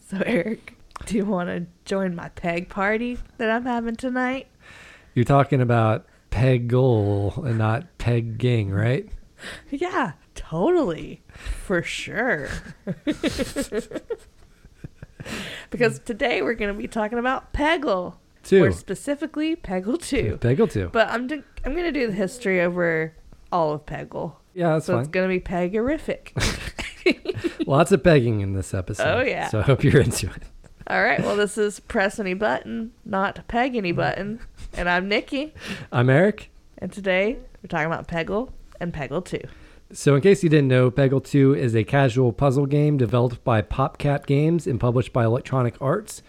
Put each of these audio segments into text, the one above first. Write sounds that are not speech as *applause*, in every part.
So, Eric, do you want to join my peg party that I'm having tonight? You're talking about peg goal and not peg ging, right? Yeah, totally. For sure. because today we're going to be talking about Peggle. Two. Or specifically Peggle 2. Peggle two. But I'm, do- I'm going to do the history over all of Peggle. yeah, that's So fine. it's going to be Pegorific. *laughs* Lots of pegging in this episode. Oh, yeah. So I hope you're *laughs* into it. all right. Well, this is Press Any Button, not Peg Any Button. And I'm Nikki. I'm Eric. And today we're talking about Peggle and Peggle 2. So, in case you didn't know, Peggle 2 is a casual puzzle game developed by PopCap Games and published by Electronic Arts.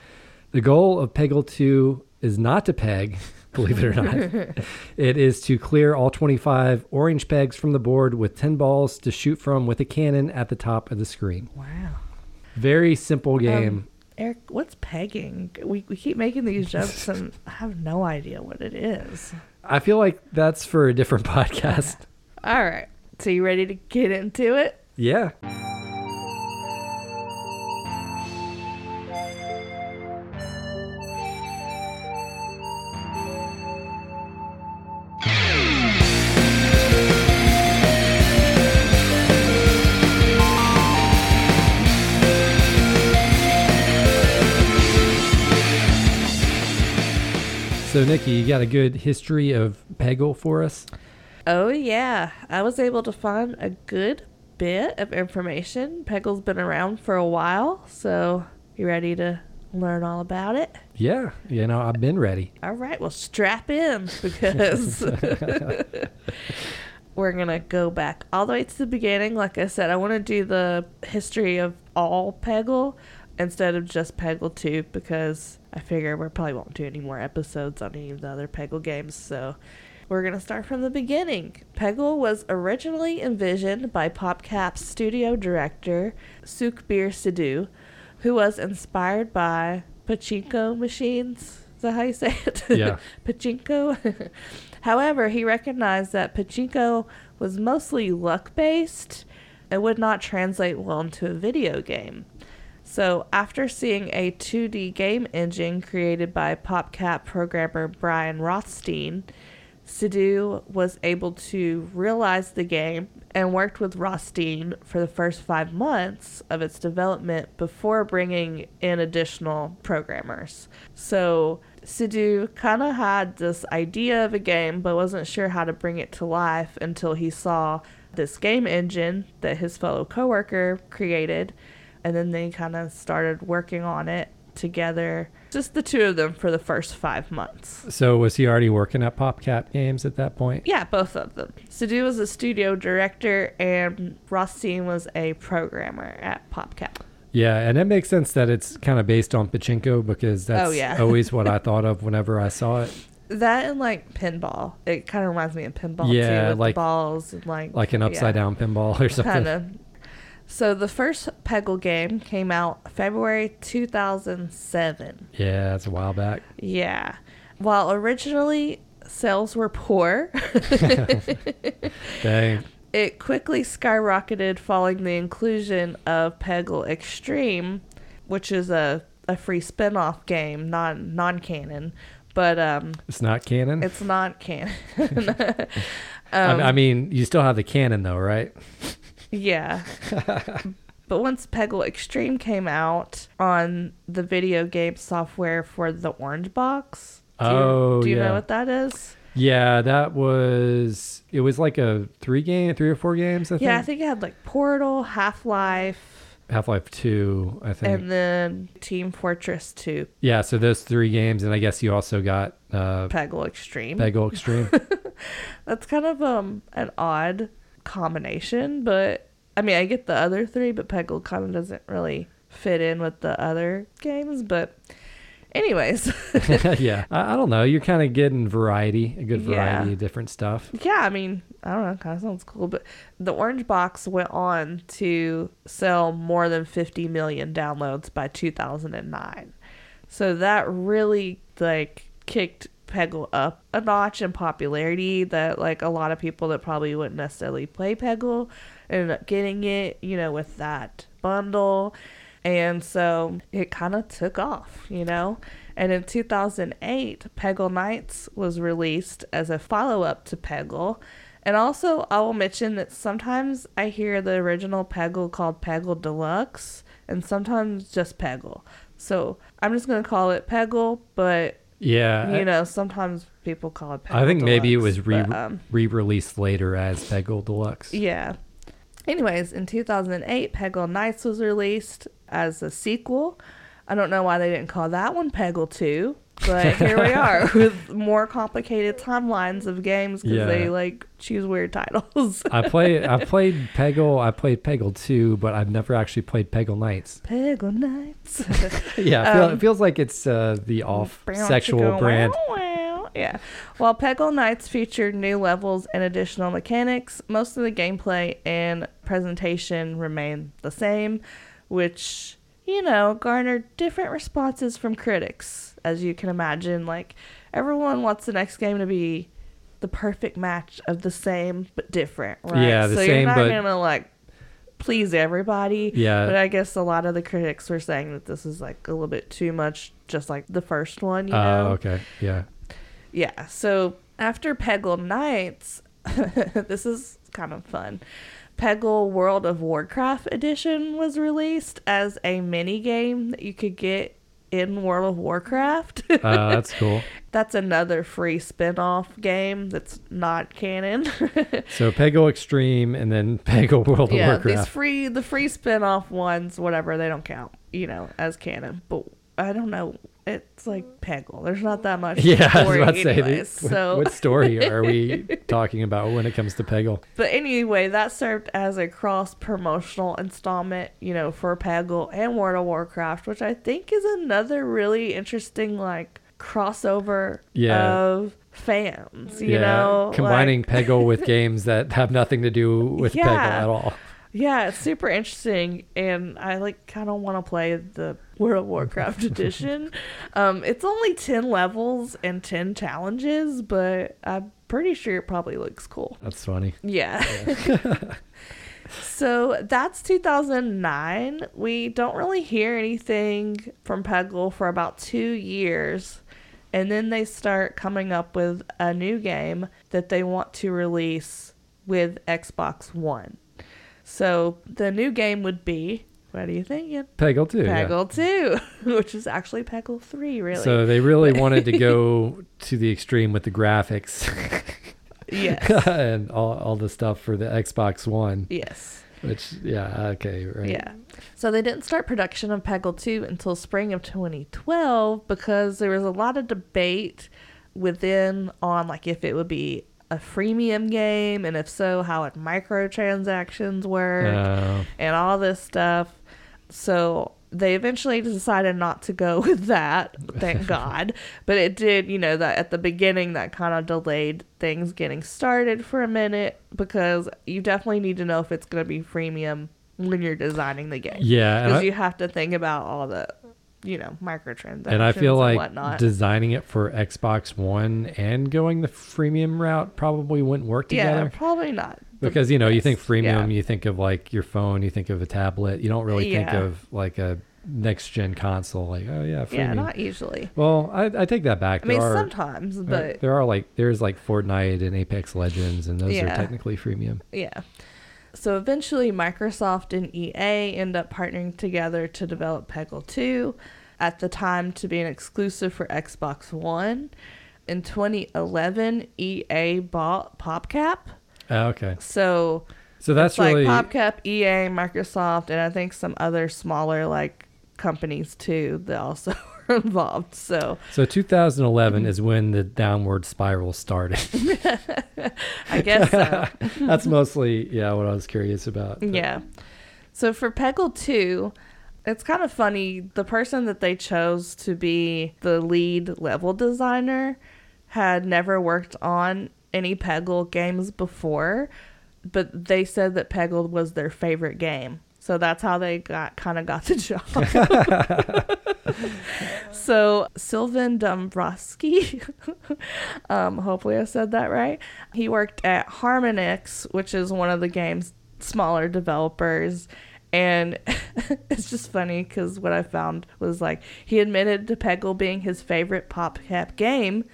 The goal of Peggle 2 is not to peg, *laughs* believe it or *laughs* not. it is to clear all 25 orange pegs from the board with 10 balls to shoot from with a cannon at the top of the screen. Wow. Very simple game. Eric, what's pegging? We, we keep making these jokes and I have no idea what it is. I feel like that's for a different *laughs* podcast. All right. So, you ready to get into it? Yeah. So, Nikki, you got a good history of Peggle for us? Oh, yeah. I was able to find a good bit of information. Peggle's been around for a while. So, you ready to learn all about it? Yeah. You know, I've been ready. All right, well, strap in because *laughs* we're going to go back all the way to the beginning. Like I said, I want to do the history of all Peggle instead of just Peggle 2 because I figure we probably won't do any more episodes on any of the other Peggle games. So we're going to start from the beginning. Peggle was originally envisioned by PopCap's studio director, Sukhbir Sidhu, who was inspired by pachinko machines. Is that how you say it? *laughs* Yeah. pachinko. *laughs* However, he recognized that pachinko was mostly luck based and would not translate well into a video game. So, after seeing a 2D game engine created by PopCap programmer Brian Rothstein, Sidhu was able to realize the game and worked with Rothstein for the first five months of its development before bringing in additional programmers. So Sidhu kind of had this idea of a game but wasn't sure how to bring it to life until he saw this game engine that his fellow coworker created and then they kind of started working on it together just the two of them for the first 5 months. So was he already working at PopCap Games at that point? Yeah, both of them. Sidhu was a studio director, and Rothstein was a programmer at PopCap. Yeah, and it makes sense that it's kind of based on pachinko because that's Oh, yeah. always *laughs* what I thought of whenever I saw it, That and like pinball, it kind of reminds me of pinball Yeah, too, with like- the balls and like like an upside down pinball or something. kind of. So the first Peggle game came out February 2007. Yeah, it's a while back. Yeah. While originally sales were *laughs* poor, *laughs* Dang. it quickly skyrocketed following the inclusion of Peggle Extreme, which is a, a free spin-off game, non non canon, but *laughs* um It's not canon. it's um, not *laughs* canon. Um, I, I mean, you still have the canon though, right? *laughs* yeah. but once Peggle Extreme came out on the video game software for the Orange Box, do you, Oh, do you yeah. know what that is? Yeah, that was it was like a three game, three or four games, I think. Yeah, I think it had like Portal, Half Life, Half Life Two, I think. and then Team Fortress 2, yeah, so those three games, and I guess you also got uh, Peggle Extreme. Peggle Extreme. That's kind of um an odd combination, but I mean I get the other three, but Peggle kind of doesn't really fit in with the other games. But anyways, *laughs* *laughs* yeah, I, I don't know. You're kind of getting variety, a good variety Yeah. of different stuff. yeah, I mean I don't know, kind of sounds cool. But the Orange Box went on to sell more than 50 million downloads by 2009, so that really like kicked Peggle up a notch in popularity that like a lot of people that probably wouldn't necessarily play Peggle ended up getting it, you know, with that bundle. And so it kind of took off, you know? And in 2008, Peggle Nights was released as a follow up to Peggle. And also, I will mention that sometimes I hear the original Peggle called Peggle Deluxe and sometimes just Peggle. So I'm just going to call it Peggle, but Yeah. I- you know, sometimes people call it Peggle I think maybe it Deluxe, was re- but, um, re-released later as Peggle Deluxe. yeah. Anyways, in 2008, Peggle Nights was released as a sequel. I don't know why they didn't call that one Peggle 2, but here we are with more complicated timelines of games because Yeah. they like choose weird titles. *laughs* I play I played Peggle, I played Peggle 2, but I've never actually played *laughs* Peggle Nights. Peggle Nights. Yeah, it, feel, Um, it feels like it's uh, the off sexual brand. Yeah. While Peggle Nights featured new levels and additional mechanics, most of the gameplay and presentation remained the same, which, you know, garnered different responses from critics. As you can imagine, like, everyone wants the next game to be the perfect match of the same but different, right? Yeah, the so same you're not but- gonna like please everybody. Yeah. But I guess a lot of the critics were saying that this is like a little bit too much, just like the first one, you Oh, know? okay. Yeah. Yeah. So after Peggle Nights, *laughs* this is kind of fun. Peggle World of Warcraft Edition was released as a mini game that you could get in World of Warcraft. Uh, that's cool. *laughs* that's another free spin off game that's not canon. *laughs* So Peggle Extreme and then *laughs* Peggle World yeah, of these Warcraft. *laughs* free the free spin-off ones, whatever, they don't count, you know, as canon. But I don't know. It's like Peggle. There's not that much *laughs* yeah, I was story about to say. anyways, what, so what story are we talking about when it comes to Peggle? *laughs* but anyway, that served as a cross promotional installment, you know, for Peggle and World of Warcraft, which I think is another really interesting like crossover Yeah. of fans, you know. like- combining *laughs* Peggle with games that have nothing to do with Peggle Yeah. at all. Yeah, it's super interesting, and I like kind of want to play the World of Warcraft edition. Um, it's only ten levels and ten challenges, but I'm pretty sure it probably looks cool. That's funny. Yeah. so that's 2009. We don't really hear anything from Peggle for about two years. And then they start coming up with a new game that they want to release with Xbox One. So the new game would be what are you thinking? Peggle too. yeah. Peggle 2, *laughs* which is actually Peggle 3, really. So *laughs* they really wanted to go to the extreme with the graphics *laughs* yes. and all, all the stuff for the Xbox One, yes. which, yeah, okay, right. Yeah. So they didn't start production of Peggle 2 until spring of 2012 because there was a lot of debate within on like if it would be a freemium game and if so how it microtransactions work Uh, and all this stuff. So they eventually decided not to go *laughs* with that, thank *laughs* God. But it did, you know, that at the beginning that kind of delayed things getting started for a minute because you definitely need to know if it's going to be freemium when you're designing the game. yeah. And Because I, you have to think about all the, you know, microtransactions and I feel like whatnot. designing it for Xbox One and going the freemium route probably wouldn't work yeah, together. probably not. the because you know you think best. Yeah. freemium you think of like your phone you think of a tablet you don't really think Yeah. of like a next gen console like oh yeah freemium. Yeah, not usually. well I, I take that back I mean, there are sometimes, there- but there are like there's like fortnite and apex legends and those are Yeah. technically freemium Yeah. So eventually, Microsoft and EA end up partnering together to develop Peggle 2, at the time to be an exclusive for Xbox One. In 2011, EA bought PopCap. oh, okay So so that's it's like really PopCap, EA, Microsoft, and I think some other smaller like companies too that also *laughs* were involved. So so 2011 Mm-hmm. is when the downward spiral started *laughs* I guess so. that's mostly yeah what i was curious about but- Yeah. So for Peggle 2, it's kind of funny. The person that they chose to be the lead level designer had never worked on any Peggle games before, but they said that Peggle was their favorite game. So that's how they got kind of got the *laughs* job. Uh-huh. so Sylvan Dombrowski, *laughs* um, hopefully I said that right. He worked at Harmonix, which is one of the game's smaller developers, And *laughs* it's just funny because what I found was like he admitted to Peggle being his favorite PopCap game.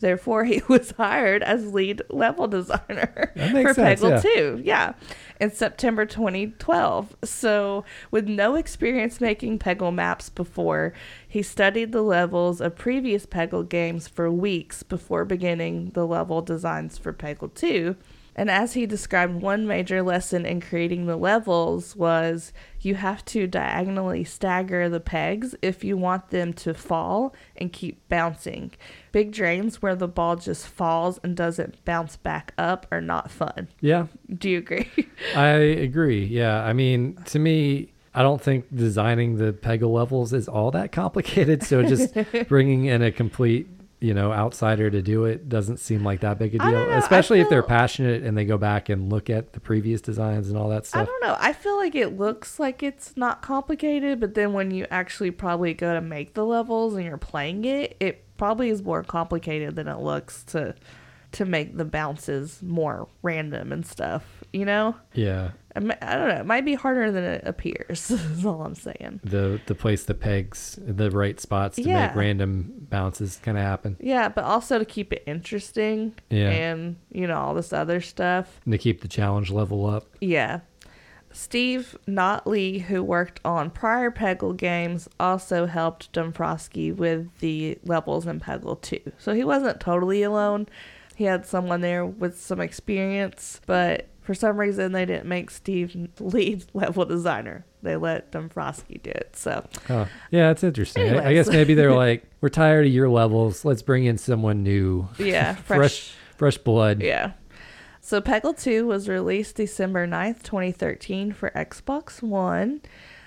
Therefore, he *laughs* was hired as lead level designer That makes for sense, Peggle yeah. 2. Yeah. In September 2012. So, with no experience making Peggle maps before, he studied the levels of previous Peggle games for weeks before beginning the level designs for Peggle 2. And as he described, one major lesson in creating the levels was you have to diagonally stagger the pegs if you want them to fall and keep bouncing. Big drains where the ball just falls and doesn't bounce back up are not fun. Yeah, Do you agree? I agree. Yeah, I mean, to me, I don't think designing the Peggle levels is all that complicated. *laughs* So just bringing in a complete, you know, outsider to do it doesn't seem like that big a I don't deal, know, I especially if they're feel- passionate and they go back and look at the previous designs and all that I stuff. don't know. I feel like it looks like it's not complicated, but then when you actually probably go to make the levels and you're playing it, it probably is more complicated than it looks to to make the bounces more random and stuff, you know? Yeah, I mi- I don't know. It might be harder than it appears. *laughs* Is all I'm saying. the the place the pegs, the right spots to Yeah. make random bounces kind of happen Yeah, but also to keep it interesting. Yeah. And you know all this other stuff. and to keep the challenge level up. Yeah. Steve Notley, who worked on prior Peggle games, also helped Dombrowski with the levels in Peggle 2. So he wasn't totally alone. He had someone there with some experience, but for some reason they didn't make Steve *laughs* lead level designer. They let Dombrowski do it. So Huh. Yeah, it's interesting. I, I Anyways. guess *laughs* maybe they're like, we're tired of your levels. Let's bring in someone new. yeah, fresh, fresh blood. Yeah. So Peggle 2 was released December 9th, 2013 for Xbox One.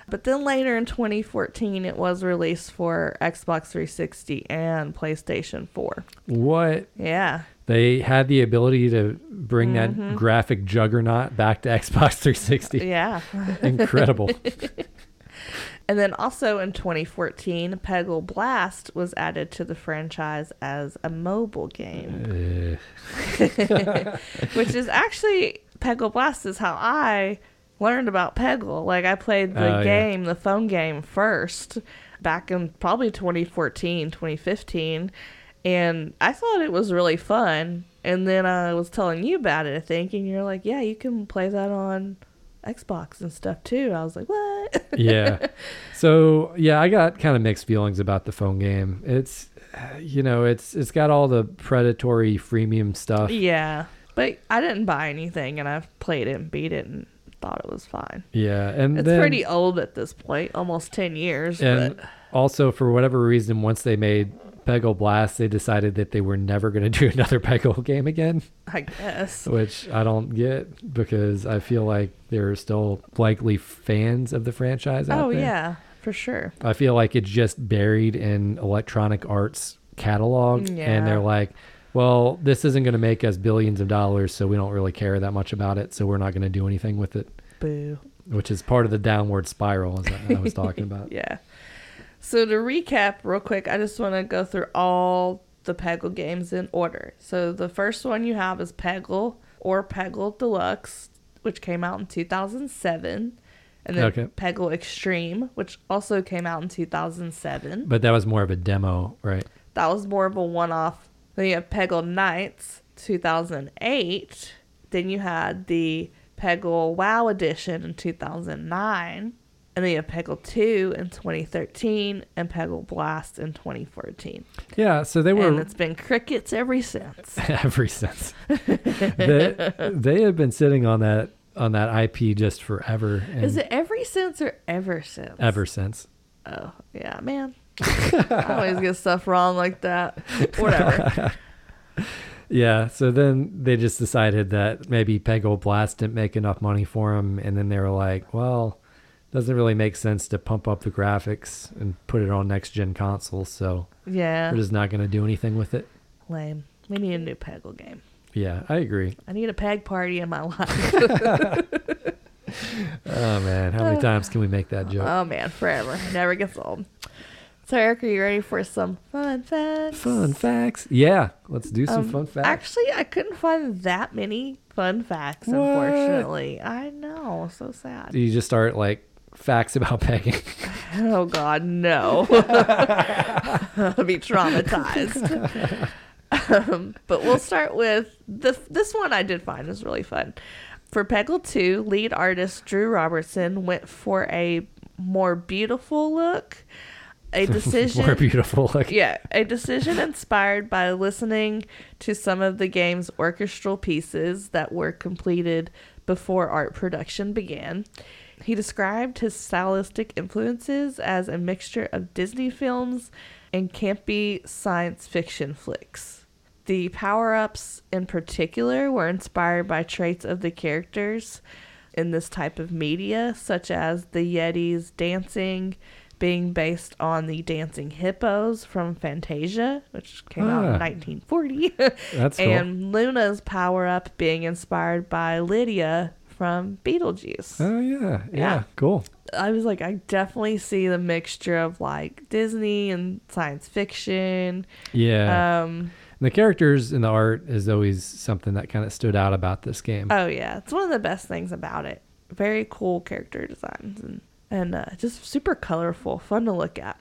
But then later in 2014, it was released for Xbox 360 and PlayStation 4. What Yeah. they had the ability to bring Mm-hmm. that graphic juggernaut back to *laughs* Xbox 360. Yeah. *laughs* Incredible. And then also in 2014, Peggle Blast was added to the franchise as a mobile game, Ugh. which is actually Peggle Blast is how I learned about Peggle. Like I played the Oh, yeah. game, the phone game first back in probably 2014, 2015, and I thought it was really fun. And then I was telling you about it, I think, and you're like, "Yeah, you can play that on Xbox and stuff too." I was like, "What?" *laughs* *laughs* yeah. So yeah, I got kind of mixed feelings about the phone game. It's, you know, it's it's got all the predatory freemium stuff. Yeah, but I didn't buy anything, and I've played it and beat it and thought it was fine. Yeah, and It's then, pretty old at this point, almost ten years. And but also, for whatever reason, once they made Peggle Blast, they decided that they were never going to *laughs* do another Peggle game again, I guess. which I don't get because I feel like there are still likely fans of the franchise out Oh there. yeah, for sure. I feel like it's just buried in Electronic Arts catalog, and Yeah. they're like, well, this isn't going to make us billions of dollars, so we don't really care that much about it, so we're not going to do anything with it, Boo. which is part of the downward spiral as I I was *laughs* talking about. Yeah. So to recap real quick, I just want to go through all the Peggle games in order. So the first one you have is Peggle or Peggle Deluxe, which came out in 2007, and then Okay. Peggle Extreme, which also came out in 2007. But that was more of a demo, right? That was more of a one off. Then you have Peggle Nights 2008. Then you had the Peggle Wow Edition in 2009. And then you have Peggle 2 in 2013 and Peggle Blast in 2014. Yeah, so they And were it's been crickets ever since. *laughs* every sense. they, they have been sitting on that on that IP just forever. And Is it every since or ever since? ever since? Oh, yeah, man. I always get stuff wrong like that. *laughs* Whatever. Yeah. So then they just decided that maybe Peggle Blast didn't make enough money for them, and then they were like, well, doesn't really make sense to pump up the graphics and put it on next gen consoles, so Yeah. we're just not going to do anything with it. Lame. We need a new Peggle game. Yeah, I agree. I need a peg party in my life. Oh man, how Uh, many times can we make that joke? Oh man, forever. Never gets old. So Eric, are you ready for some fun facts? fun facts. Yeah, let's do some Um, fun facts. Actually, I couldn't find that many fun facts, What? unfortunately. I know, so sad. you just start like facts about pegging. Oh God, no! *laughs* I'll be traumatized. um, but we'll start with the this one I did find was really fun. For Peggle Two, lead artist Drew Robertson went for a more beautiful look. *laughs* A decision More beautiful. Like, yeah, a decision inspired by listening to some of the game's orchestral pieces that were completed before art production began. He described his stylistic influences as a mixture of Disney films and campy science fiction flicks. The power ups, in particular, were inspired by traits of the characters in this type of media, such as the Yeti's dancing being based on the dancing hippos from Fantasia, which came out in Ah. *laughs* 1940, That's cool. and Luna's power up being inspired by Lydia from Beetlejuice. Oh yeah, yeah, Yeah. cool. I was like, I definitely see the mixture of like Disney and science fiction. Yeah, Um, the characters and the art is always something that kind of stood out about this game. oh yeah, it's one of the best things about it. Very cool character designs and and uh, just super colorful, fun to look at.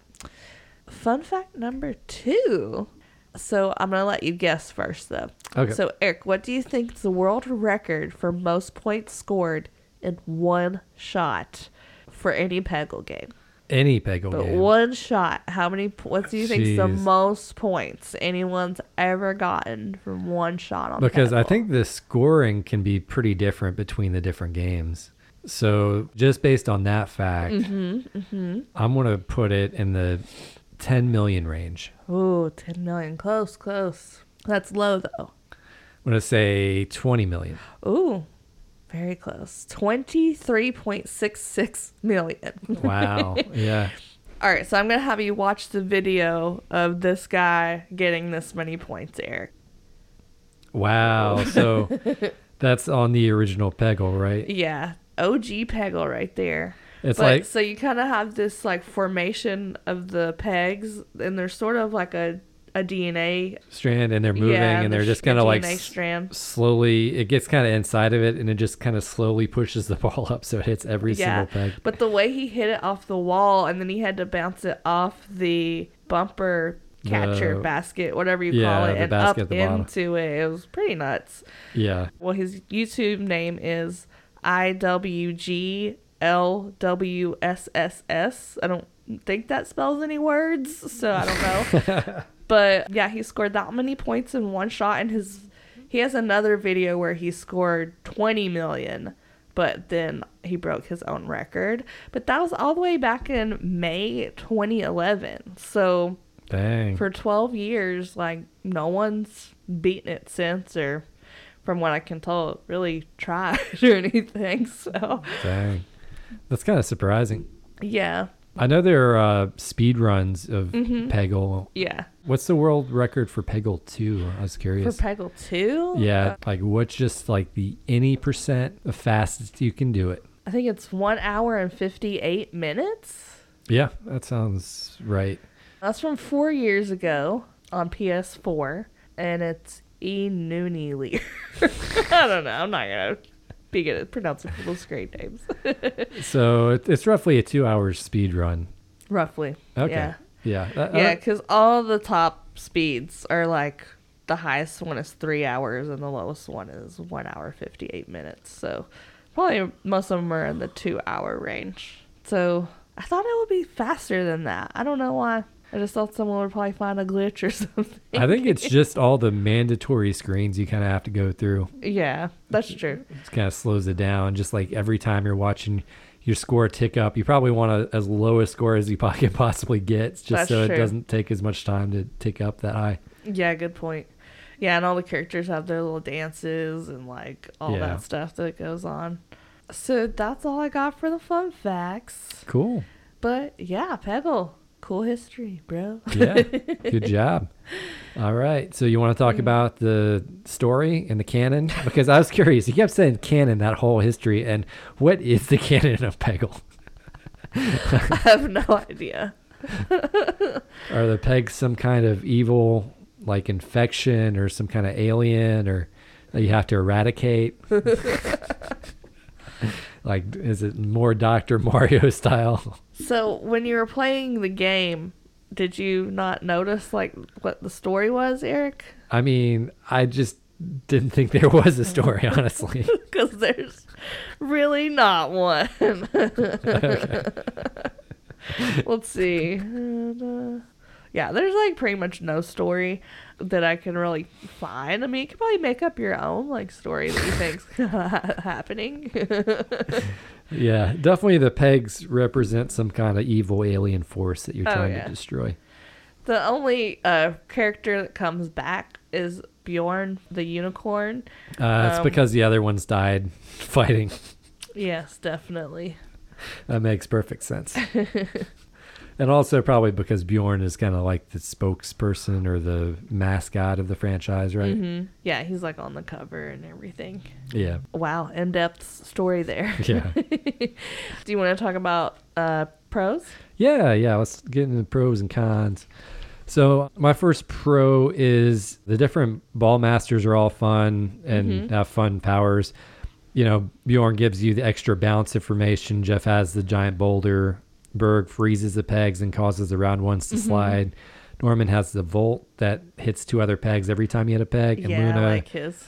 Fun fact number two. So I'm gonna let you guess first though. Okay. So Eric, what do you think is the world record for most points scored in one shot for any Peggle game? Any Peggle But game. one shot. How many? po- What do you think is the Jeez. most points anyone's ever gotten from one shot on? because I Peggle? think the scoring can be pretty different between the different games. So just based on that fact, Mm-hmm, I'm gonna put it in the 10 million range. Ooh, 10 million. Close, close. That's low though. I'm gonna say 20 million. Ooh, very close. Twenty three point six six million. *laughs* Wow. yeah. All right, so I'm gonna have you watch the video of this guy getting this many points, Eric. Wow. *laughs* So that's on the original Peggle, right? Yeah, OG Peggle right there. It's but, like so you kind of have this like formation of the pegs, and they're sort of like a a DNA strand, and they're moving, yeah, and the they're sh- just the kind of like DNA s- strand. slowly. It gets kind of inside of it, and it just kind of slowly pushes the *laughs* ball up, so it hits every Yeah, single peg. but the way he hit it off the wall, and then he had to bounce it off the bumper catcher The- basket, whatever you yeah, call it, the and up basket at the bottom. into it. It was pretty nuts. Yeah. Well, his YouTube name is IWGLWSSS. I don't think that spells any words, so I don't know. but yeah, he scored that many points in one shot, and his he has another video where he scored 20 million, but then he broke his own record. But that was all the way back in May 2011. So Dang. for 12 years like no one's beaten it since or from what i can tell really tried *laughs* or anything so Dang. That's kind of surprising. yeah I know there are uh, speed runs of Mm-hmm. Peggle. yeah What's the world record for Peggle 2? I was for curious. peggle 2 yeah, like what's just like the any percent the fastest you can do it? i think it's one hour and 58 minutes Yeah, that sounds right. that's from four years ago on ps4 and it's e Lear. *laughs* i don't know i'm not gonna be good at pronouncing people's screen names *laughs* So it, it's roughly a two hours speed run. roughly Okay. yeah Yeah. Yeah. that- Yeah, uh, because all the top speeds are like the highest one is three hours and the lowest one is one hour fifty eight minutes. So probably most of them are in the two hour range. So I thought it would be faster than that. I don't know why. I just thought someone would probably find a glitch or *laughs* something. I think *laughs* it's just all the mandatory screens you kind of have to go through. yeah, that's true. It kind of slows it down. Just like every time you're watching your score tick up, you probably want a, as low a score as you po- *laughs* can possibly get, just That's so true. it doesn't take as much time to tick up that high. Yeah, good point. Yeah, and all the characters have their little dances and like all Yeah. that stuff that goes on. So that's all I got for the fun facts. Cool. But yeah, Peggle, cool history, bro. *laughs* Yeah. Good job. All right. So you want Mm. to talk about the story and the canon? Because I was curious. You kept saying canon that whole history, and what is the *laughs* canon of Peggle? I have no idea. Are the pegs some kind of evil, like infection, or some *laughs* kind of alien, or that you have to eradicate? Like, is it more Dr. Mario *laughs* style? So when you were playing the game, did you not notice like what the story was, Eric? *laughs* I mean, I just didn't think there was a story, *laughs* honestly. Because there's really not one. *laughs* Let's see. Uh, yeah, there's like pretty much no story that I can really find. I mean, you could probably make up your own like story that you think's *laughs* happening. *laughs* yeah, definitely the pegs represent some kind of evil alien force that you're Oh, trying yeah. to destroy. the only uh, character that comes back is Bjorn the unicorn. Uh, it's Um, because the other ones died *laughs* fighting. Yes, definitely. That makes perfect sense. *laughs* and also probably because Bjorn is kind of like the spokesperson or the mascot of the franchise, right? Mhm. Yeah, he's like on the cover and everything. Yeah. *laughs* Wow, in depth story *laughs* there. Yeah. Do you want to talk about uh, pros? Yeah, yeah. Let's get into the pros and cons. So my first pro is the different ball masters are all fun and Mm-hmm. have fun powers. You know, Bjorn gives you the extra bounce information. Jeff has the giant boulder. Berg freezes the pegs and causes the round ones Mm-hmm. to slide. Norman has the volt that hits two other pegs every time you hit a peg. And yeah, Luna I like his.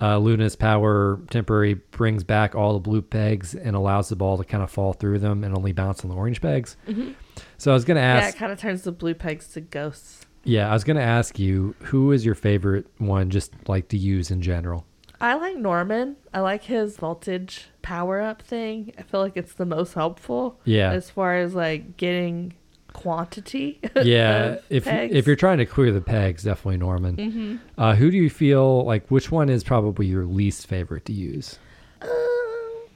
uh, Luna's power temporary brings back all the blue pegs and allows the ball to kind of fall through them and only bounce on the orange pegs. Mm-hmm. So I was going to Yeah, it ask, yeah, kind of turns the blue pegs to ghosts. I was going to ask you, who is your favorite one, just like to use in general? I like Norman. I like his voltage power up thing. I feel like it's the most helpful. Yeah. As far as like getting quantity. *laughs* Yeah, of if pegs. Mm-hmm. if you're trying to clear the pegs, definitely Norman. Uh, who do you feel like? Which one is probably your least favorite to use? Um,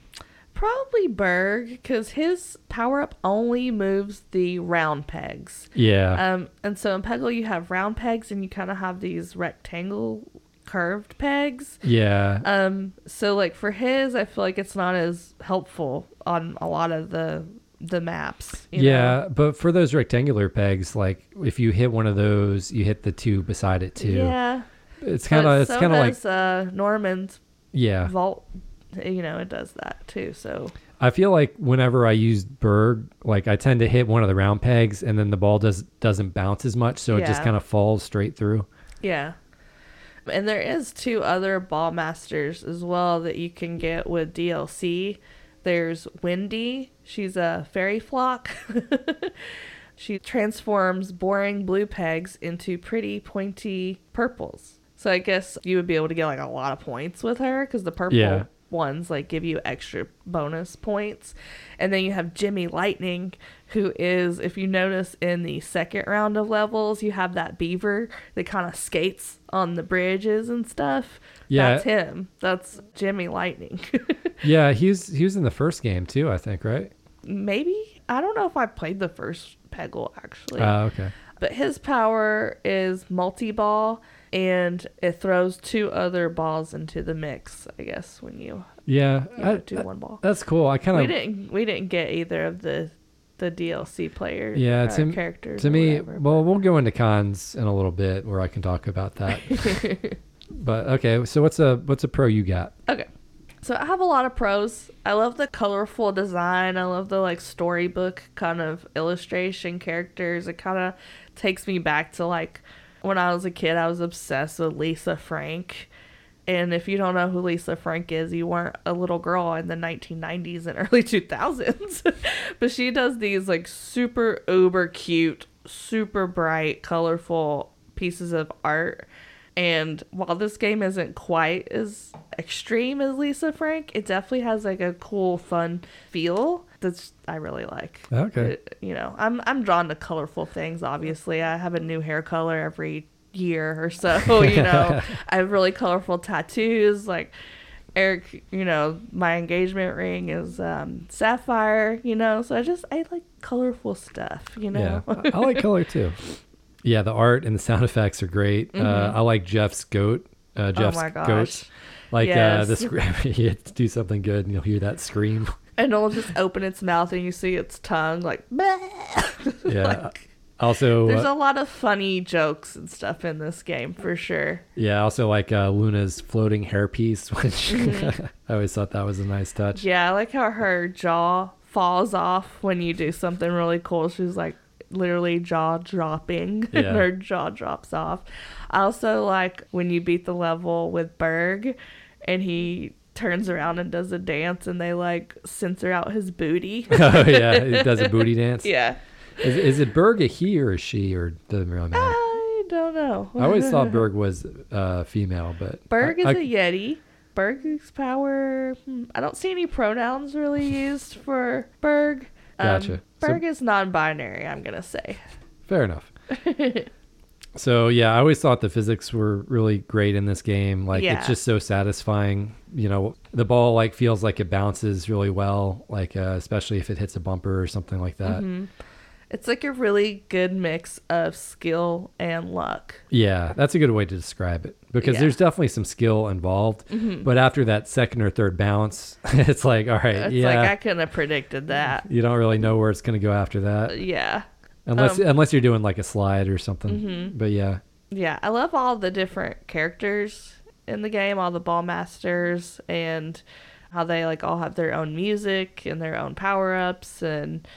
probably Berg because his power up only moves the round pegs. Yeah, Um, and so in Peggle, you have round pegs and you kind of have these rectangle curved pegs. yeah, Um, so like for his, I feel like it's not as helpful on a lot of the the maps. you yeah. But for those rectangular pegs, like if you hit one of those, you hit the two beside it know? too. yeah. It's But kind of it's so kind of like does, uh, Norman's yeah. vault. You know, it does that too. So I feel like whenever I use Berg, like I tend to hit one of the round pegs, and then the ball does doesn't bounce as much, so it just Yeah. kind of falls straight through. yeah. And there is two other ball masters as well that you can get with DLC. There's Wendy. She's a fairy flock. *laughs* She transforms boring blue pegs into pretty pointy purples. So I guess you would be able to get like a lot of points with her because the purple Yeah. ones like give you extra bonus points. And then you have Jimmy Lightning, who is, if you notice in the second round of levels, you have that beaver that kind of skates on the bridges and stuff. Yeah. That's him. That's Jimmy Lightning. *laughs* Yeah, he was he was in the first game too, I think, right? Maybe? I don't know if I played the first Peggle actually. Uh, okay. But his power is multi ball and it throws two other balls into the mix, I guess, when you, Yeah, you I- know, do that- one ball. that's cool. I We kind of didn't we didn't get either of the the DLC players Yeah, or to m- uh, characters. to or me. whatever. Well, we'll go into cons in a little bit where I can talk about that. *laughs* but okay, so what's a what's a pro you got? Okay. So I have a lot of pros. I love the colorful design. I love the like storybook kind of illustration characters. It kind of takes me back to like when I was a kid, I was obsessed with Lisa Frank. And if you don't know who Lisa Frank is, you weren't a little girl in the 1990s and *laughs* early 2000s. *laughs* but she does these like super uber cute, super bright, colorful pieces of art. And while this game isn't quite as extreme as Lisa Frank, it definitely has like a cool, fun feel that's I really like. Okay. It- you know, I'm I'm drawn to colorful things. Obviously, I have a new hair color every year or so. *laughs* *laughs* You know, I have really colorful tattoos. Like Eric, you know, my engagement ring is um, sapphire. You know, so I just I like colorful stuff. You know. Yeah, *laughs* I- I like color too. Yeah, the art and the sound effects are great. Uh, I like Jeff's goat. Uh, Jeff's Mm-hmm. Oh my gosh. goat. Like uh, the Yes. *laughs* scr- you have to do something good, and you'll hear *laughs* that scream. and it'll just open its mouth and you see its tongue like, Yeah, like, Also, Oh There's a uh, lot of funny jokes and stuff in this game for sure. yeah, also like uh, Luna's floating hairpiece, *laughs* which Mm-hmm. I always thought that was a nice touch. Yeah, I like how her jaw falls off when you do something really cool. She's like literally jaw dropping, *laughs* Yeah. and her jaw drops off. I also like when you beat the level with Berg and he turns around and does a dance and they like censor out his *laughs* booty. *laughs* oh yeah, it does a booty dance. yeah. Is, is it Berg a he or a she or doesn't really Ah. matter? I don't know. I *laughs* always thought Berg was uh, female, but Berg is I- a I- Yeti. Berg's power. hmm, I don't see any pronouns really used for Berg. Um, Gotcha. So- Berg is non binary, I'm going to say. Fair enough. so yeah, I always thought the physics were really great in this game. Like Yeah. it's just so satisfying. You know, the ball like feels like it bounces really well. Like uh, especially if it hits a bumper or something like that. Mm-hmm. It's like a really good mix of skill and luck. Yeah, that's a good way to describe it because Yeah. Mm-hmm. there's definitely some skill involved. But after that second or third bounce, *laughs* it's like all right, It's yeah, like I couldn't have predicted that. you don't really know where it's gonna go after that Yeah. unless um, unless you're doing like a slide or something. Mm-hmm. But yeah, Yeah. I love all the different characters in the game, all the ball masters and how they like all have their own music and their own power ups and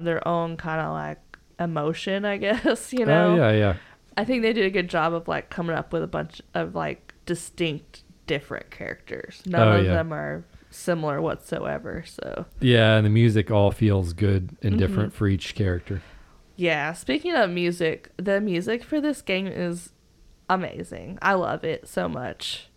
their own kind of like emotion, I *laughs* guess, you know. oh yeah, yeah. I think they did a good job of like coming up with a bunch of like distinct different characters. None Oh, of yeah. them are similar whatsoever, so Yeah, and the music all feels good and different for each character. Yeah, speaking of music, the music for this game is amazing. I love it so much.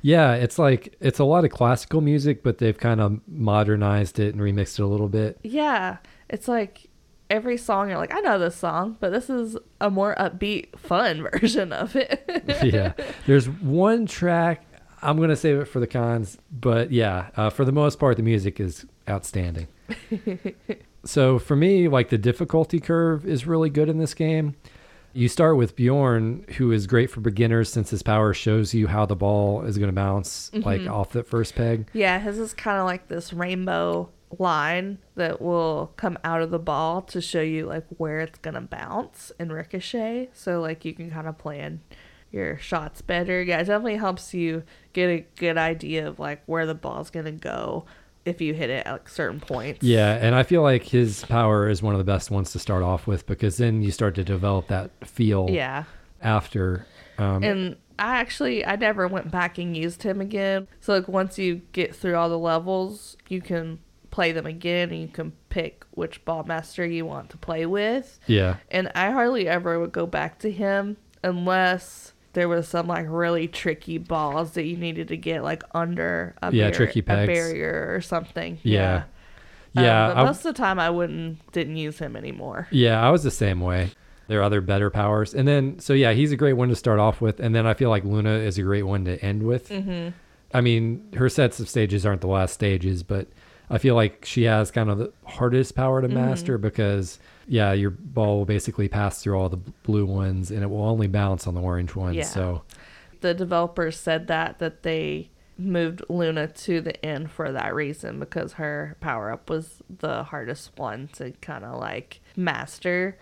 Yeah, it's like it's a lot of classical music, but they've kind of modernized it and remixed it a little bit. *laughs* Yeah, it's like every song you're like, I know this song, but this is a more upbeat, fun *laughs* version of it. yeah, there's one track I'm gonna save it for the cons, but yeah, uh, for the most part, the music is outstanding. so for me, like the difficulty curve is really good in this game. You start with Bjorn, who is great for beginners since his power shows you how the ball is gonna bounce like off the first peg. yeah, his is kind of like this rainbow line that will come out of the ball to show you like where it's gonna bounce and ricochet. So like you can kind of plan your shots better. Yeah, it definitely helps you get a good idea of like where the ball's gonna go if you hit it at like, certain points. Yeah, and I feel like his power is one of the best ones to start off with because then you start to develop that feel Yeah. after. Um, and I actually I never went back and used him again. So like once you get through all the levels, you can play them again and you can pick which ball master you want to play with. yeah. And I hardly ever would go back to him unless there was some like really tricky balls that you needed to get like under a, Yeah, barri- tricky a pegs. barrier or something. Yeah. Um, Yeah, but I- most of the time I wouldn't didn't use him anymore. Yeah, I was the same way. There are other better powers. And then, so yeah, he's a great one to start off with. And then I feel like Luna is a great one to end with. Mm-hmm. I mean, her sets of stages aren't the last stages, but I feel like she has kind of the hardest power to Mm-hmm. master because, yeah, your ball will basically pass through all the b- blue ones and it will only bounce on the orange ones. Yeah. So, the developers said that that they moved Luna to the end for that reason because her power up was the hardest one to kind of like master.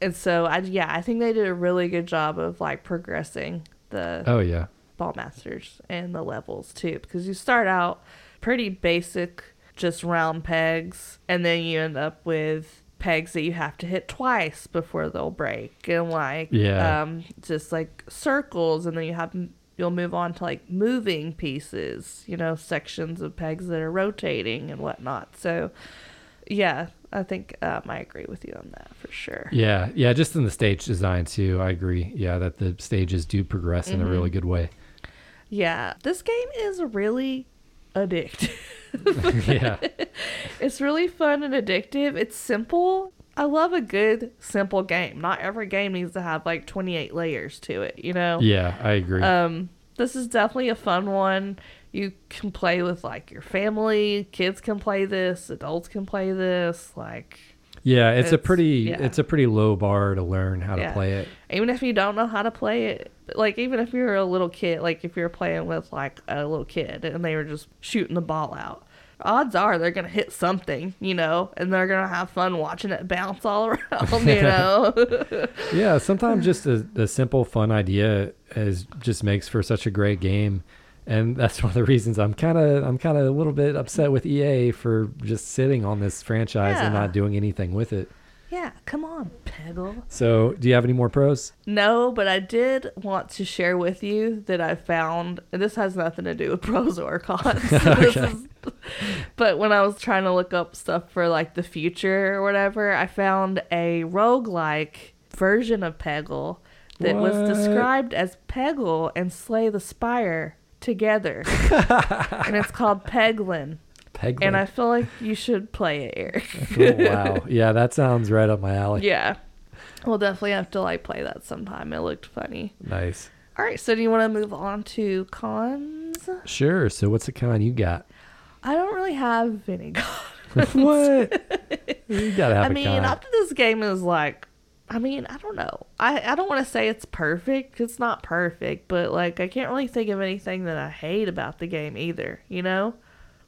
And so I yeah, I think they did a really good job of like progressing the oh, yeah. ball masters and the levels too because you start out pretty basic just round pegs and then you end up with pegs that you have to hit twice before they'll break and like Yeah. um just like circles and then you have you'll move on to like moving pieces you know sections of pegs that are rotating and whatnot so yeah i think um, i agree with you on that for sure Yeah, yeah, just in the stage design too. I agree. Yeah, that the stages do progress in a Mm-hmm. really *laughs* good way. yeah this game is really *laughs* addictive yeah. It's really fun and addictive. It's simple. I love a good simple game. Not every game needs to have like 28 layers to it, you know. Yeah, I agree. Um this is definitely a fun one. You can play with like your family, kids can play this, adults can play this, like yeah, it's, a it's- pretty yeah. it's a pretty low bar to learn how to Yeah. play it. even if you don't know how to play it, like even if you're a little kid, like if you're playing with like a little kid and they were just shooting the ball out, odds are they're gonna hit something, you know, and they're gonna have fun watching it bounce all *laughs* around, *laughs* you know. Yeah, sometimes *laughs* just a, a simple, fun idea is just makes for such a great game, and that's one of the reasons I'm kind of I'm kind of a little bit upset with EA for just sitting on this franchise and Yeah. not doing anything with it. *laughs* yeah, come on, Peggle. So, do you have any more pros? No, but I did want to share with you that I found, and this has nothing to do with pros or cons. This is- but when I was trying to look up stuff for like the future or whatever, I found a roguelike version of Peggle that was What? described as Peggle and Slay the Spire together. and it's called Peglin. Peg. Oh, And I feel like you should play it, Eric. *laughs* *laughs* wow. Yeah, that sounds right up my alley. yeah. We'll definitely have to like play that sometime. It looked funny. Nice. All right, so do you want to move on to cons? Sure. So, what's the con *laughs* you got? I don't really have any *laughs* cons. what? You gotta *laughs* have I a mean, con. not that this game is like, I mean, I don't know. I, I don't want to say it's perfect. 'cause It's not perfect, but like, I can't really think of anything that I hate about the game either, you know?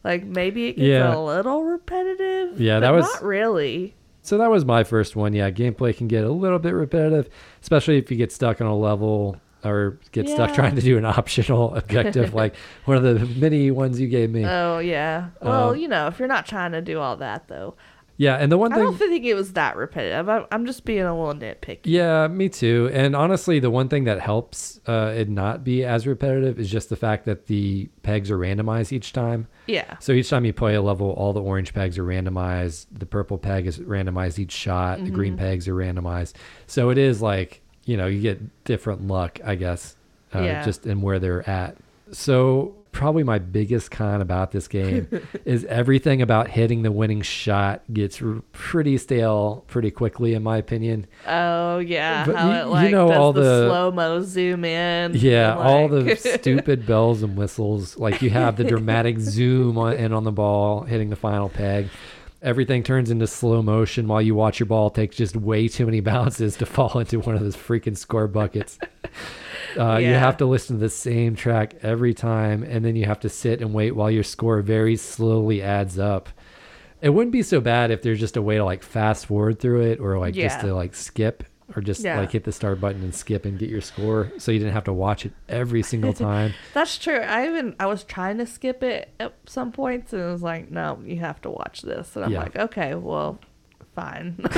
Like, maybe it gets Yeah. a little repetitive. Yeah, but that was- Not really. So that was my first one. Yeah, gameplay can get a little bit repetitive, especially if you get stuck on a level or get stuck Yeah. trying to do an *laughs* *laughs* optional objective like one of the many ones you gave me. Oh, yeah. Well, Um, you know, if you're not trying to do all that, though. yeah, and the one I don't thing think it was that repetitive. I, I'm just being a little nitpicky. Yeah, me too. And honestly, the one thing that helps uh, it not be as repetitive is just the fact that the pegs are randomized each time. Yeah. So each time you play a level, all the orange pegs are randomized. The purple peg is randomized each shot. The green Mm-hmm. pegs are randomized. So it is like, you know, you get different luck, I guess, uh, Yeah. just in where they're at. So probably my biggest con about *laughs* this game is everything about hitting the winning shot gets r- pretty stale pretty quickly, in my opinion. Oh yeah, But how you- it you like know does all the, the- slow mo zoom in. Yeah, and, all the *laughs* like- stupid bells and whistles. Like you have the *laughs* dramatic zoom on, in on the ball hitting the final peg. Everything turns into slow motion while you watch your ball take just way too many *laughs* bounces to fall into one of those freaking score buckets. Uh, You Yeah. have to listen to the same track every time, and then you have to sit and wait while your score very slowly adds up. It wouldn't be so bad if there's just a way to like fast forward through it, or like just Yeah. to like skip, or just Yeah. like hit the start button and skip and get your score so you didn't have to watch it *laughs* every single time. That's true. I even I was trying to skip it at some points, and it was like, no, you have to watch this. And I'm Yeah. like, okay, well, *laughs* fine. *laughs*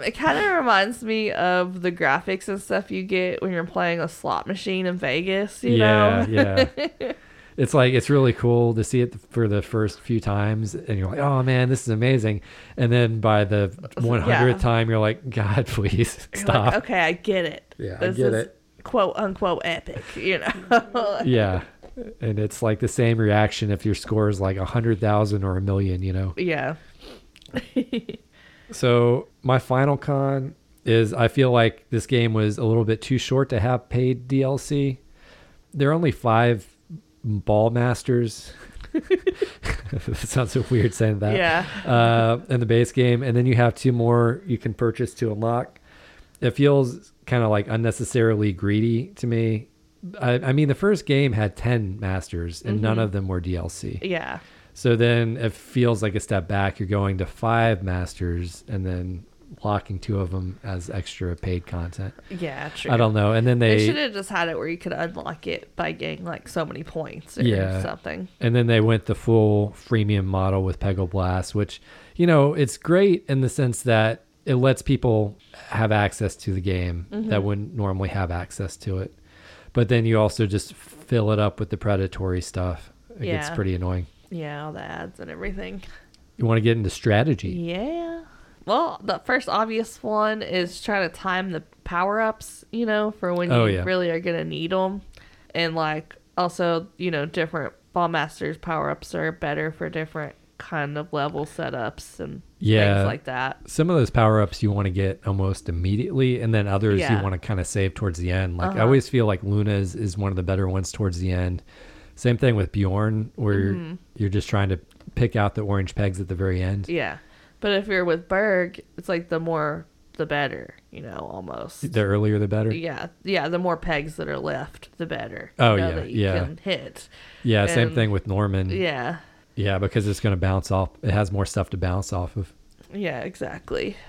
it kind of reminds me of the graphics and stuff you get when you're playing a slot machine in Vegas. You yeah, *laughs* know? yeah. It's like it's really cool to see it for the first few times and you're like, "Oh man, this is amazing." And then by the 100th Yeah. time you're like, "God, *laughs* please You're stop." Like, okay, I get it. Yeah, I get it. Quote unquote epic. You know. *laughs* Yeah. And it's like the same reaction if your score is like a 100,000 or a million, you know. yeah. *laughs* So my final con is I feel like this game was a little bit too short to have paid DLC. There are only five ball masters. *laughs* That sounds so weird saying that. Yeah. Uh, in the base game, and then you have two more you can purchase to unlock. It feels kind of like unnecessarily greedy to me. I, I mean, the first game had ten masters, and none of them were DLC. Yeah. So then it feels like a step back. You're going to five masters and then locking two of them as extra paid content. Yeah. True. I don't know. And then They, they, should have just had it where you could unlock it by getting like so many points or Yeah. something. and then they went the full freemium model with Peggle Blast, which you know it's great in the sense that it lets people have access to the game Mm-hmm. that wouldn't normally have access to it. But then you also just fill it up with the predatory stuff. It gets Yeah. pretty annoying. Yeah, all the ads and everything. You want to get into strategy. Yeah. Well, the first obvious one is trying to time the power ups, you know, for when Oh, you yeah. really are going to need them. And like also, you know, different ball masters power ups are better for different kind of level setups and Yeah. things like that. some of those power ups you want to get almost immediately, and then others you Yeah. want to kind of save towards the end. Like I Uh-huh. always feel like Luna's is one of the better ones towards the end. Same thing with Bjorn, where Mm-hmm. you're, you're just trying to pick out the orange pegs at the very end. Yeah. But if you're with Berg, it's like the more the better, you know, almost. The earlier, the better. Yeah, Yeah, yeah. The more pegs that are left, the better. Oh, you know, yeah, that you yeah. Can hit. same And- thing with Norman. Yeah, Yeah, because it's going to bounce off. It has more stuff to bounce off of. Yeah, exactly. *laughs*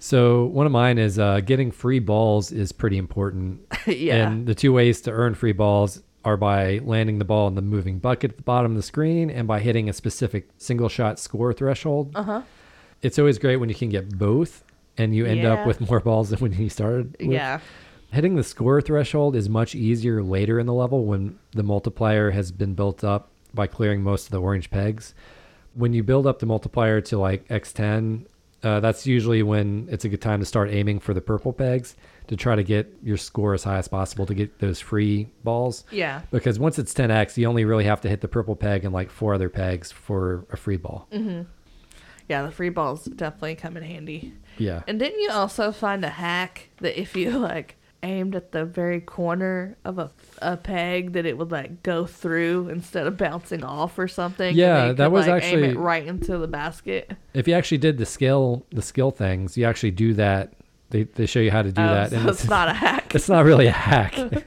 So one of mine is uh, getting free balls is pretty important. yeah. And the two ways to earn free balls are by landing the ball in the moving bucket at the bottom of the screen and by hitting a specific single shot score threshold. uh huh. It's always great when you can get both and you end Yeah. up with more balls than when you started. with. Yeah. Hitting the score threshold is much easier later in the level when the multiplier has been built up by clearing most of the orange pegs. When you build up the multiplier to like X10, uh, that's usually when it's a good time to start aiming for the purple pegs to try to get your score as high as possible to get those free balls. Yeah. Because once it's 10x, you only really have to hit the purple peg and like four other pegs for a free ball. Mm-hmm. Yeah. The free balls definitely come in handy. Yeah. And didn't you also find a hack that if you *laughs* like aimed at the very corner of a, a peg that it would like go through instead of bouncing off or something? and Yeah, then you that was like, aim actually- it right into the basket. if you actually did the skill, the skill things, you actually do that. They, they show you how to do Oh, that. so and it's not a hack. *laughs* It's not really a hack. In *laughs*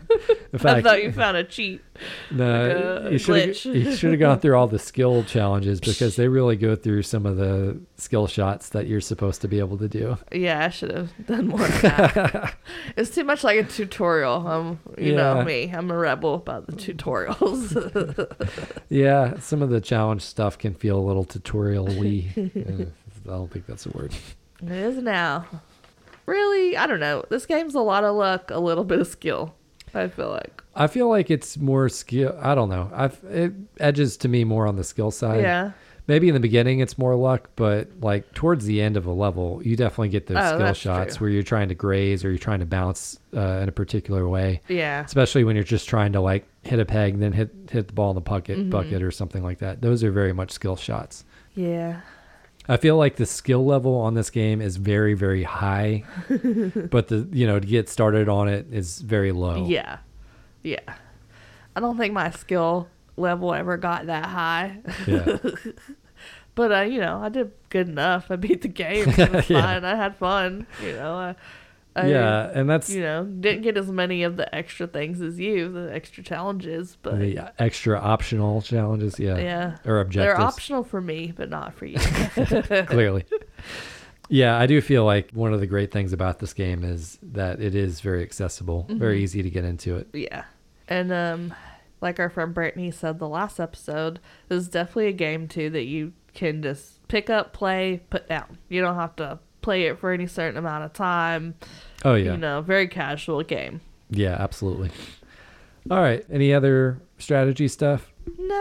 I fact, thought you found a cheat. no, like a you should glitch. you should have gone through all the skill challenges because they really go through some of the skill shots that you're supposed to be able *laughs* to do. Yeah, I should have *laughs* done more. of *laughs* that. it's too much like a tutorial. Um, you know Yeah. me. I'm a rebel about the *laughs* tutorials. Yeah, some of the challenge stuff can feel a *laughs* little tutorial-y. Uh, I don't think that's a word. it is now. Really, I don't know. This game's a lot of luck, a little bit of skill. I feel like. I feel like it's more skill. I don't know. I've, it edges to me more on the skill side. yeah. Maybe in the beginning it's more luck, but like towards the end of a level, you definitely get those Oh, skill that's shots true. where you're trying to graze or you're trying to bounce uh, in a particular way. Yeah. especially when you're just trying to like hit a peg then hit hit the ball in the bucket Mm-hmm. bucket or something like that those are very much skill shots Yeah. i feel like the skill level on this game is very very *laughs* high but the you know to get started on it is very low Yeah. Yeah. I don't think my skill level ever got that high. *laughs* yeah But uh, you know, I did good enough. I beat the game. It was *laughs* Yeah. fine. I had fun. You know, I, I Yeah, and that's you know, didn't get as many of the extra things as you, the extra challenges, but the extra optional challenges yeah yeah. or They're objectives optional for me, but not *laughs* for you. *laughs* clearly yeah i do feel like one of the great things about this game is that it is very accessible Mm-hmm. very easy to get into it yeah. And um like our friend Brittany said the last episode, this is definitely a game too that you can just pick up, play, put down. You don't have to play it for any certain amount of time. oh yeah You know, very casual game. Yeah, absolutely. All right. Any other strategy stuff? Nah,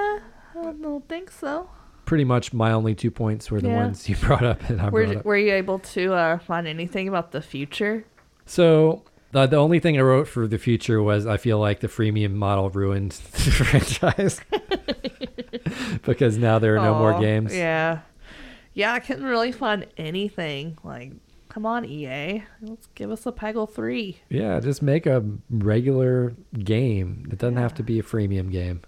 I don't think so. Pretty much my only two points were the Yeah. ones you *laughs* brought up and I brought Were, up. were you able to uh, find anything about the future? So the, the only thing I wrote for the future was I feel like the freemium model ruined *laughs* the franchise *laughs* because now there are no more Aw, games. Yeah. Yeah, I couldn't really find anything. Like, come on, EA. Let's give us a Peggle 3. Yeah, just make a regular game. It doesn't have to be a freemium game.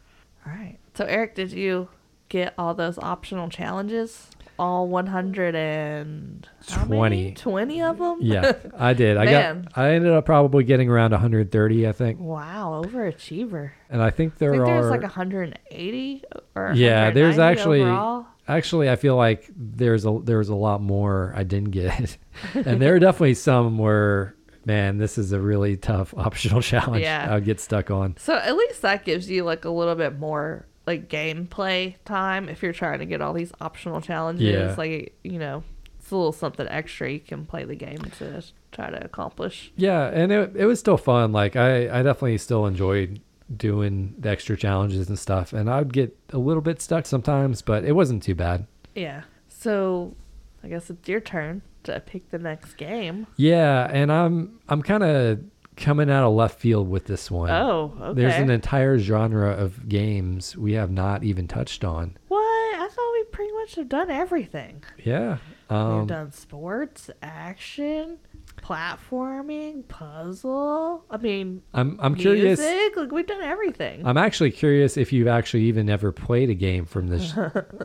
All right. So, Eric, did you get all those optional challenges? All 100 and. how many? 20. 20 of them? Yeah, I did. I Man. got. I ended up probably getting around 130, I *laughs* think, Wow, overachiever. and I think there I think are there's like 180 or Yeah, there's 190 actually- overall. Actually, I feel like there's a there's a lot more I didn't get, *laughs* and there are definitely some where man, this is a really tough *laughs* optional challenge. Yeah. I'll get stuck on. So at least that gives you like a little bit more like gameplay time if you're trying to get all these optional challenges. Yeah. Like you know, it's a little something extra you can play the game to try to accomplish. Yeah, and it it was still fun. Like I I definitely still enjoyed doing the extra challenges and stuff, and I would get a little bit stuck sometimes, but it wasn't too bad. Yeah. So I guess it's your turn to pick the next game. Yeah, and I'm I'm kind of coming out of left field with this one. Oh, okay. Um, There's an entire genre of games we have not even touched on. what? I thought we pretty much have done everything. Yeah. Um, We've done sports, action, platforming, puzzle. I mean, I'm I'm music. curious. Like we've done everything. I'm actually curious if you've actually even ever played a game from *laughs* this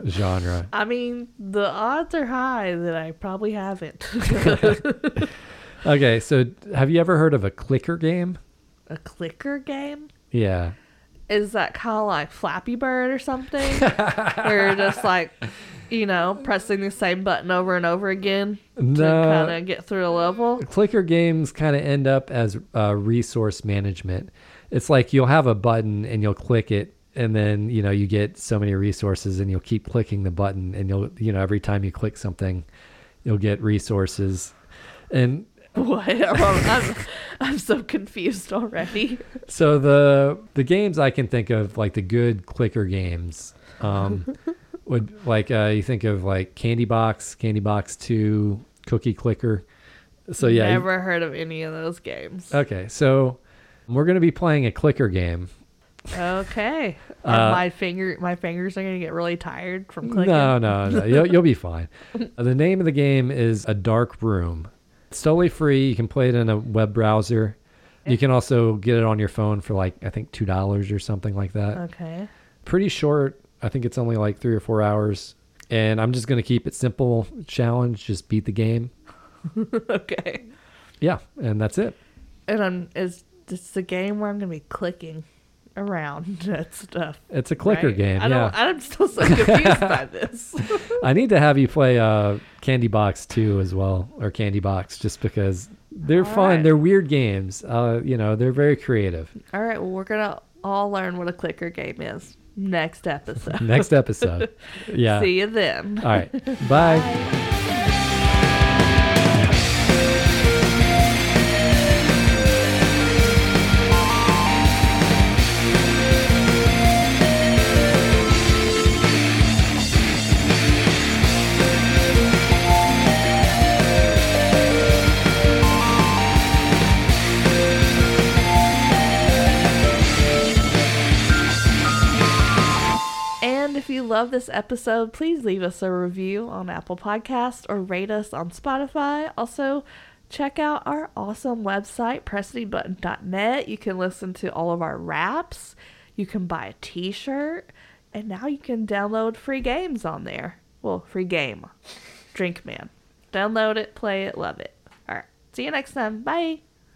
genre. I mean, the odds are high that I probably haven't. *laughs* Okay, so have you ever heard of a clicker game? a clicker game? Yeah. is that kind of like Flappy Bird or something? *laughs* where you're just like, you know, pressing the same button over and over again to No. kind of get through a level. *laughs* clicker games kind of end up as uh, resource management. It's like you'll have a button and you'll click it, and then you know you get so many resources, and you'll keep clicking the button, and you'll you know every time you click something, you'll get resources, and What? *laughs* I'm, I'm so confused already. so the the games I can think of like the good clicker games um, would like uh, you think of like Candy Box, Candy Box Two, Cookie Clicker. So yeah, you- Never heard of any of those games. okay. So we're gonna be playing a clicker game. Okay. Uh, my finger, my fingers are gonna get really tired from clicking. No, no, no. You'll, you'll be fine. Uh, The name of the game is A Dark Room. It's totally free. You can play it in a web browser. You can also get it on your phone for like, I think $2 or something like that. Okay. *laughs* Pretty short. I think it's only like three or four hours. And I'm just going to keep it simple challenge, just beat the game. okay. Yeah. And that's it. And I'm it's it's a game where I'm gonna be clicking around *laughs* at stuff. It's a clicker right? game. I yeah. don't. I'm still so confused *laughs* by this. *laughs* I need to have you play uh, Candy Box 2 as well, or Candy Box, just because All they're fun. right. They're weird games. Uh, you know, they're very creative. All right. Well, we're gonna all learn what a clicker game is next episode. Next *laughs* episode. *laughs* Yeah. See you then. All right. *laughs* Bye. And if you love this episode, please leave us a review on Apple Podcasts or rate us on Spotify. Also, check out our awesome website, pressingbutton.net. You can listen to all of our raps. You can buy a t-shirt. And now you can download free games on there. Well, free game. Drink Man. Download it, play it, love it. All right. See you next time. Bye.